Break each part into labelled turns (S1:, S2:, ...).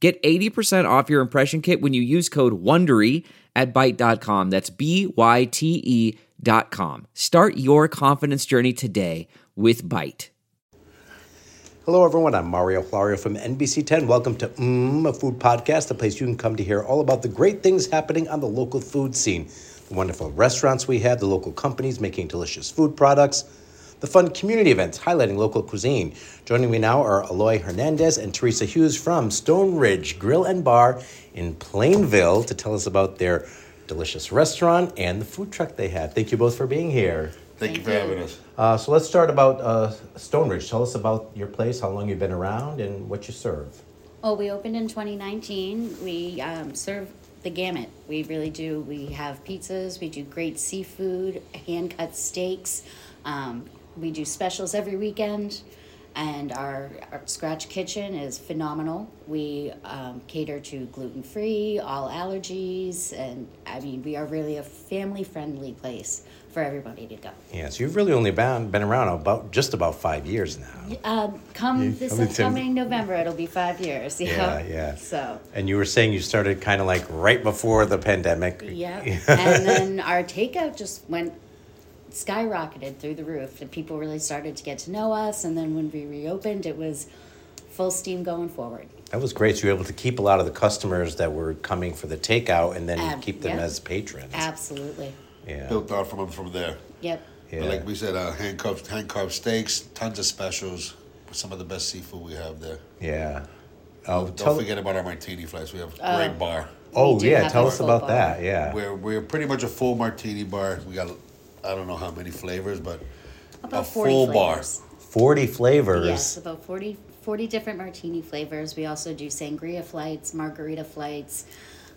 S1: Get 80% off your impression kit when you use code WONDERY at Byte.com. That's b y t e dot com. Start your confidence journey today with Byte.
S2: Hello, everyone. I'm Mario Flario from NBC10. Welcome to Mmm, a food podcast, the place you can come to hear all about the great things happening on the local food scene, the wonderful restaurants we have, the local companies making delicious food products, the fun community events highlighting local cuisine. Joining me now are Aloy Hernandez and Teresa Hughes from Stone Ridge Grill and Bar in Plainville to tell us about their delicious restaurant and the food truck they have. Thank you both for being here.
S3: Thank, you for having us.
S2: Uh, so let's start about uh, Stone Ridge. Tell us about your place, how long you've been around, and what you serve.
S4: Well, Oh, we opened in 2019. We um, serve the gamut. We really do. We have pizzas, we do great seafood, hand cut steaks, um, we do specials every weekend. And our, our scratch kitchen is phenomenal. We um, cater to gluten free, all allergies, and I mean, we are really a family friendly place for everybody to go.
S2: Yeah, so you've really only been, been around about just about five years now.
S4: Um, come
S2: You-
S4: this
S2: I mean, Tim-
S4: upcoming November, it'll be five years.
S2: Yeah, yeah.
S4: So,
S2: And you were saying you started kind of like right before the pandemic.
S4: yeah. and then our takeout just went skyrocketed through the roof. The people really started to get to know us. And then when we reopened, it was full steam going forward.
S2: That was great. So you were able to keep a lot of the customers that were coming for the takeout and then
S4: Ab-
S2: keep them
S4: Um, yeah. Um,
S2: as patrons.
S4: Absolutely.
S2: Yeah.
S3: Built out from from there.
S4: Yep.
S2: Yeah.
S3: But like we said, uh, hand carved hand carved steaks, tons of specials, some of the best seafood we have there.
S2: yeah. Oh,
S3: Don't
S2: tell-
S3: forget about our martini flights. We have a
S4: Oh.
S3: great bar.
S2: oh
S4: We do
S2: yeah.
S4: have
S2: Tell
S4: a
S2: us
S4: full
S2: about
S4: bar.
S2: that. Yeah.
S3: We're we're pretty much a full martini bar. We got I don't know how many flavors, but
S4: About
S3: a
S4: 40
S3: full
S4: flavors.
S2: 40 flavors.
S4: Yes, about 40, 40 different martini flavors. We also do sangria flights, margarita flights.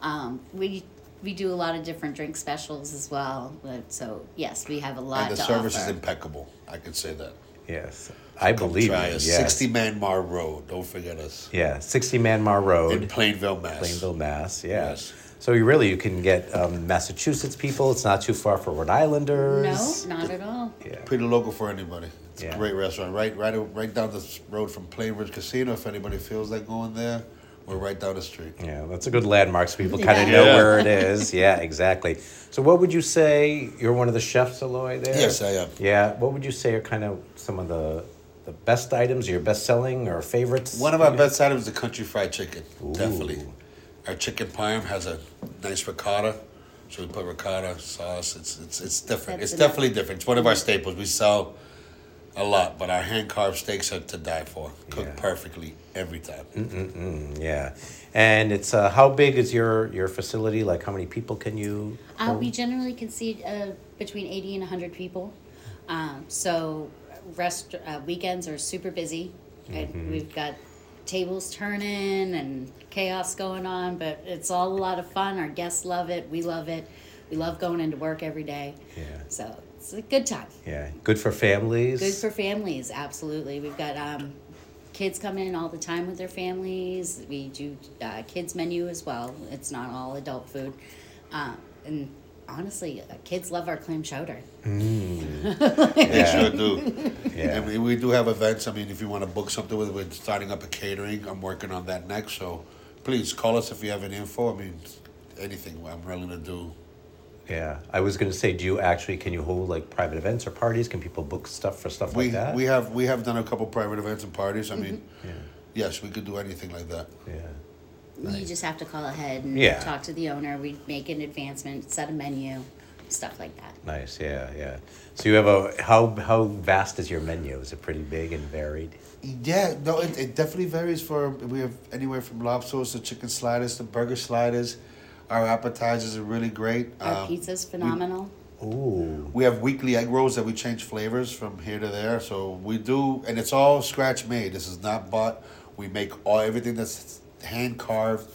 S4: Um, we we do a lot of different drink specials as well. But, so yes, we have a
S3: bar,
S4: lot
S3: and the
S4: to
S3: service
S4: offer.
S3: is impeccable. I can say that.
S2: Yes. I believe
S3: Try
S2: you.
S3: us.
S2: Yes.
S3: Sixty Man Mar Road. Don't forget us
S2: Yeah. 60 Manmar
S3: in
S2: Road,
S3: Plainville, Mass.
S2: Plainville, Mass. Yeah.
S3: Yes.
S2: So you really you can get um, Massachusetts people. It's not too far for Rhode
S4: no,
S2: Islanders.
S4: not at all.
S2: Yeah.
S3: Pretty local for anybody. It's
S2: Yeah.
S3: a great restaurant. Right, right, right down the road from Plainridge Casino. If anybody feels like going there, we're right down the street.
S2: Yeah, that's a good landmark so people
S4: Yeah.
S2: kind of know
S3: Yeah.
S2: where it is. Yeah, exactly. So, what would you say? You're one of the chefs, Aloy, there?
S3: Yes, I am.
S2: Yeah, what would you say are kind of some of the the best items, your best selling or favorites?
S3: One of our best items is the country fried chicken.
S2: Ooh.
S3: Definitely, our chicken parm has a nice ricotta. So we put ricotta sauce. It's it's it's different.
S4: That's
S3: it's
S4: enough.
S3: definitely different. It's one of our staples. We sell a lot, but our hand carved steaks are to die for. Cooked
S2: Yeah. Mm-hmm.
S3: perfectly every time.
S2: Mm, Yeah. And it's uh, how big is your your facility? Like, how many people can you?
S4: Uh, we generally can seat uh, between 80 and 100 people. Um, so rest uh, weekends are super busy. And we've got tables turning and chaos going on, but it's all a lot of fun. Our guests love it. We love it. We love going into work every day.
S2: Yeah.
S4: So it's a good time.
S2: Yeah, good for families.
S4: Good for families, absolutely. We've got um, kids come in all the time with their families. We do uh, kids menu as well. It's not all adult food, uh, and honestly, uh, kids love our clam chowder.
S3: They
S2: Yeah.
S3: sure do.
S2: Yeah.
S3: And we, we do have events. I mean, if you want to book something with, we're starting up a catering. I'm working on that next. So please call us if you have any info. I mean, anything I'm willing to do.
S2: yeah, I was gonna say, do you actually can you hold like private events or parties? Can people book stuff for stuff
S3: We
S2: like that?
S3: we have we have done a couple private events and parties. I mean, yes, we could do anything like that.
S2: yeah.
S4: You just have to call ahead and
S2: Yeah.
S4: talk to the owner. We make an advancement, set a menu, stuff like that.
S2: Nice, yeah, yeah. So you have a how how vast is your menu? Is it pretty big and varied?
S3: Yeah, no, it, it definitely varies. For we have anywhere from lobsters to chicken sliders to burger sliders. Our appetizers are really great.
S4: Our
S3: Um,
S4: pizza's phenomenal.
S2: Ooh,
S3: We have weekly egg rolls that we change flavors from here to there. So we do, and it's all scratch made. This is not bought. We make all everything that's hand carved.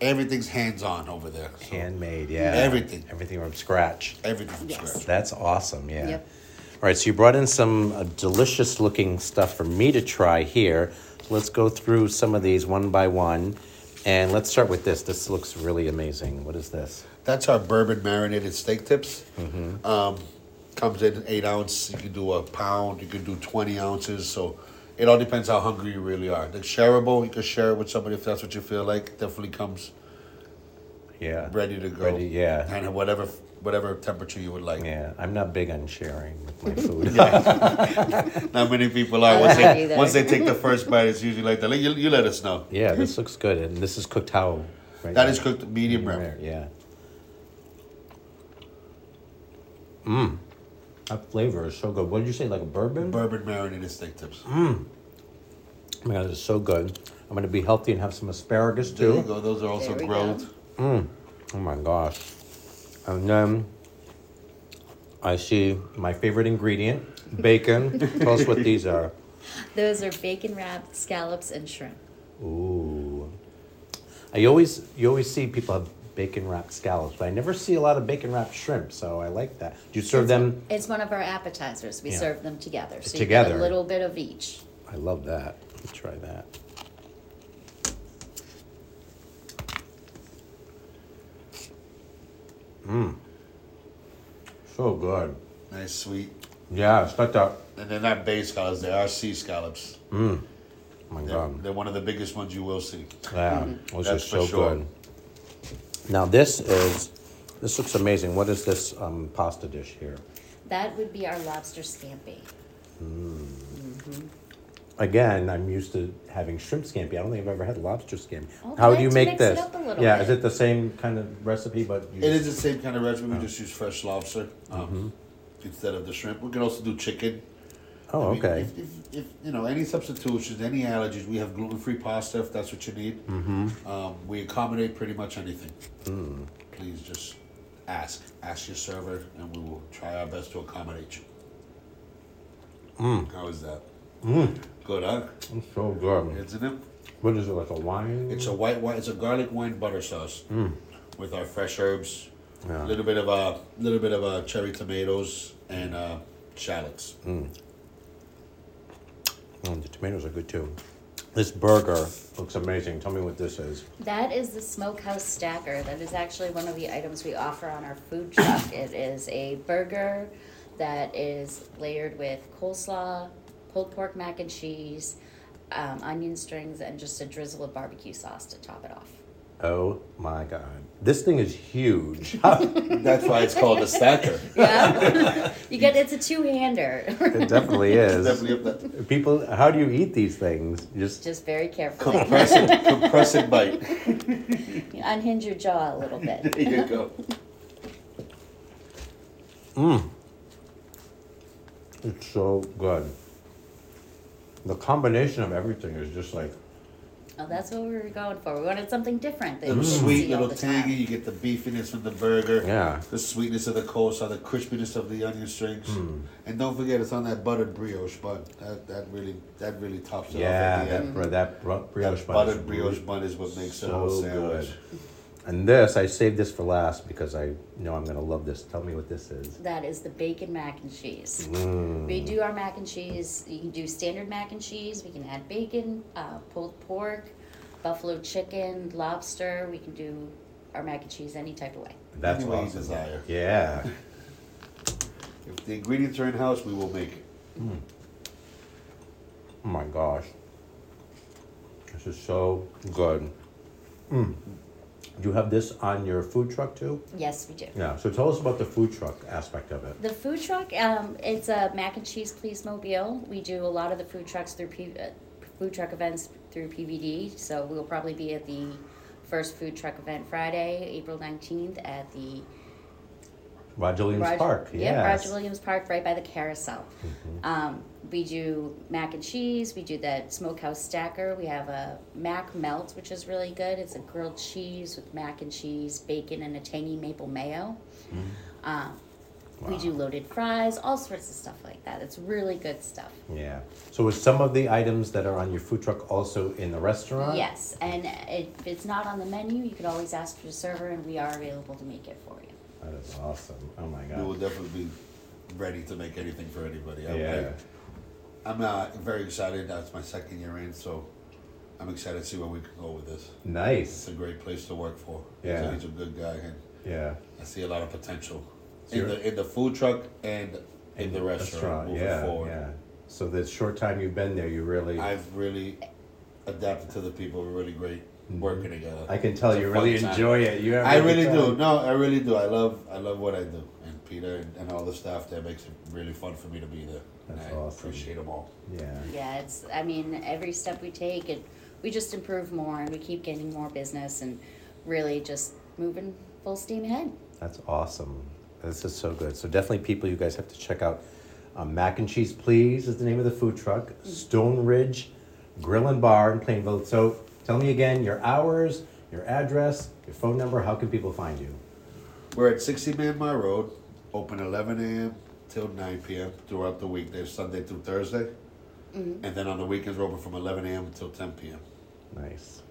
S3: Everything's hands on over there. So
S2: Handmade, yeah.
S3: Everything.
S2: Everything from scratch.
S3: Everything from
S4: Yes.
S3: scratch.
S2: That's awesome, yeah.
S4: Yep.
S2: All right, so you brought in some uh, delicious looking stuff for me to try here. Let's go through some of these one by one. And let's start with this. This looks really amazing. What is this?
S3: That's our bourbon marinated steak tips.
S2: Mm-hmm.
S3: Um, comes in eight ounce. You can do a pound. You can do twenty ounces. So it all depends how hungry you really are. The shareable, you can share it with somebody if that's what you feel like. Definitely comes
S2: Yeah.
S3: ready to go.
S2: Ready, yeah.
S3: And at whatever whatever temperature you would like.
S2: Yeah, I'm not big on sharing with my food.
S3: Not many people are.
S4: I'm
S3: Once
S4: not
S3: they,
S4: either.
S3: once they take the first bite, it's usually like that. Like, You, you let us know.
S2: Yeah, this looks good, and this is cooked how? Right
S3: That is cooked medium rare.
S2: rare. Yeah.
S3: Mm.
S2: Mmm, that flavor is so good. What did you say? Like a bourbon?
S3: Bourbon marinated steak tips.
S2: Mm-hmm. oh my god, it's so good. I'm gonna be healthy and have some asparagus
S3: There
S2: too.
S3: you go. Those are also
S4: There we
S3: grilled.
S4: go.
S2: Oh my gosh. And then I see my favorite ingredient, bacon. Tell us what these are.
S4: Those are bacon wrapped scallops and shrimp.
S2: Ooh. I always you always see people have bacon wrapped scallops, but I never see a lot of bacon wrapped shrimp, so I like that. Do you serve them?
S4: It's one of our appetizers. We
S2: Yeah.
S4: serve them together. So you
S2: Together.
S4: get a little bit of each.
S2: I love that. Let's try that. Mmm. So good.
S3: Nice, sweet.
S2: Yeah, it's like that.
S3: And they're not bay scallops. They are sea scallops.
S2: Oh my
S3: They're,
S2: god.
S3: they're one of the biggest ones you will see.
S2: Yeah, those are
S3: Mm-hmm. That's for
S2: so
S3: sure.
S2: good. Now this is this looks amazing. What is this um, pasta dish here?
S4: That would be our lobster scampi.
S2: Again, I'm used to having shrimp scampi. I don't think I've ever had lobster scampi.
S4: Oh,
S2: How
S4: we
S2: do
S4: like
S2: you
S4: to
S2: make
S4: mix it
S2: this?
S4: up a little
S2: yeah,
S4: bit.
S2: is it the same kind of recipe but you
S3: It is the same kind of recipe. We just use fresh lobster um, instead of the shrimp. We can also do chicken. I
S2: Oh,
S3: mean,
S2: okay.
S3: If, if, if you know any substitutions, any allergies, we have gluten free pasta if that's what you need. Mm-hmm. Mm. Um, we accommodate pretty much anything. Please just ask, ask your server, and we will try our best to accommodate you. How is that? Good, huh?
S2: It's so good.
S3: Isn't it?
S2: What is it like a wine?
S3: It's a white wine. It's a garlic wine butter sauce with our fresh herbs, a little bit of a little bit of uh cherry tomatoes and uh, shallots.
S2: Mm, the tomatoes are good too. This burger looks amazing. Tell me what this is.
S4: That is the smokehouse stacker. That is actually one of the items we offer on our food truck. it is a burger that is layered with coleslaw, pulled pork mac and cheese, um, onion strings, and just a drizzle of barbecue sauce to top it off.
S2: Oh my god. This thing is huge. Mm.
S3: That's why it's called a stacker.
S4: You get it's a two-hander.
S2: it definitely is.
S3: Definitely up that
S2: People, how do you eat these things? Just
S4: just very carefully.
S3: compress it, compress it bite.
S4: You unhinge your jaw a little bit.
S3: There you go.
S2: it's so good. The combination of everything is just like
S4: Oh, that's what we were going for. We wanted something different. That you
S3: Little
S2: Mm.
S4: didn't
S3: sweet,
S4: see all
S3: little
S4: the time.
S3: tangy. You get the beefiness from the burger.
S2: Yeah.
S3: The sweetness of the coleslaw, the crispiness of the onion strings,
S2: Mm.
S3: and don't forget it's on that buttered brioche bun. That that really that really tops it off.
S2: yeah,
S3: at the
S2: that
S3: end.
S2: bro- that bro- brioche
S3: That
S2: bun is
S3: buttered brioche bun is what makes the whole sandwich.
S2: Oh, And this, I saved this for last because I know I'm gonna love this. Tell me what this is.
S4: That is the bacon mac and cheese. We do our mac and cheese. You can do standard mac and cheese. We can add bacon, uh, pulled pork, buffalo chicken, lobster. We can do our mac and cheese any type of way.
S2: That's
S3: Any way you
S2: awesome.
S3: desire.
S2: Yeah.
S3: If the ingredients are in house, we will make it.
S2: Oh my gosh. This is so good. Mm. Do you have this on your food truck too?
S4: Yes, we do.
S2: Yeah. So tell us about the food truck aspect of it.
S4: The food truck, um, it's a mac and cheese please mobile. We do a lot of the food trucks through P- uh, food truck events through PVD. So we'll probably be at the first food truck event Friday, April nineteenth, at the
S2: Roger Williams
S4: Roger-
S2: Park.
S4: Yeah,
S2: yes. Mm-hmm.
S4: Roger Williams Park, right by the carousel. Um, we do mac and cheese. We do that smokehouse stacker. We have a mac melt, which is really good. It's a grilled
S2: Mm-hmm.
S4: cheese with mac and cheese, bacon, and a tangy maple mayo. Um, We do loaded fries, all sorts of stuff like that. It's really good stuff.
S2: Yeah. So is some of the items that are on your food truck also in the restaurant?
S4: Yes, and it, if it's not on the menu, you could always ask your server, and we are available to make it for you.
S2: That is awesome. Oh my
S3: We will
S2: god.
S3: definitely be ready to make anything for anybody. I'm,
S2: Yeah.
S3: I'm uh, very excited. That's my second year in, so I'm excited to see where we can go with this. It's
S2: Nice.
S3: a great place to work for.
S2: Yeah.
S3: He's a, he's a good guy, and
S2: Yeah.
S3: I see a lot of potential
S2: Sure.
S3: in the in the food truck and in the restaurant, moving
S2: yeah,
S3: forward.
S2: yeah. So the short time you've been there, you really
S3: I've really adapted to the people. We're really great working together.
S2: Mm-hmm. I can tell
S3: It's a
S2: you
S3: fun
S2: really
S3: time.
S2: enjoy it. You have
S3: I
S2: a good
S3: really do.
S2: time.
S3: No, I really do. I love I love what I do, and Peter and, and all the staff there makes it really fun for me to be there. And
S2: That's
S3: I
S2: awesome.
S3: appreciate them all.
S2: Yeah.
S4: Yeah, it's. I mean, every step we take, it we just improve more, and we keep getting more business, and really just moving full steam ahead.
S2: That's awesome. This is so good. So definitely, people, you guys have to check out um, Mac and Cheese Please is the name of the food truck. Stone Ridge Grill and Bar in Plainville. So tell me again your hours, your address, your phone number. How can people find you?
S3: We're at 60 Man My Road, open 11 a.m. till 9 p.m. throughout the week. There's Sunday through Thursday, and then on the weekends we're open from 11 a.m. till 10 p.m.
S2: Nice.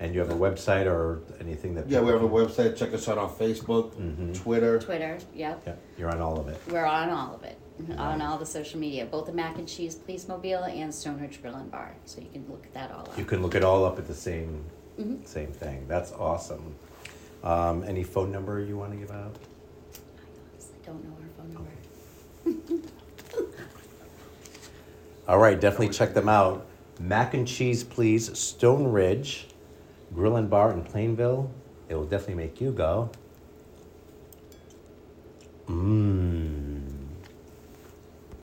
S2: And you have a website or anything that?
S3: Yeah, we have a
S2: people
S3: website. Check us out on Facebook,
S2: Mm-hmm.
S3: Twitter.
S4: Twitter, yep.
S2: can- Yeah, you're on all of it.
S4: We're on all of it, on all the social media, both the Mac and Cheese Police Mobile and Stonehenge Grill and Bar. So you can look that all up.
S2: You can look it all up at the same same thing. That's awesome. Um, any phone number you want to give out?
S4: I don't know our phone number.
S2: All right, definitely check them out. Mac and Cheese Please, Stone Ridge, Grill and Bar in Plainville. It will definitely make you go. Mmm.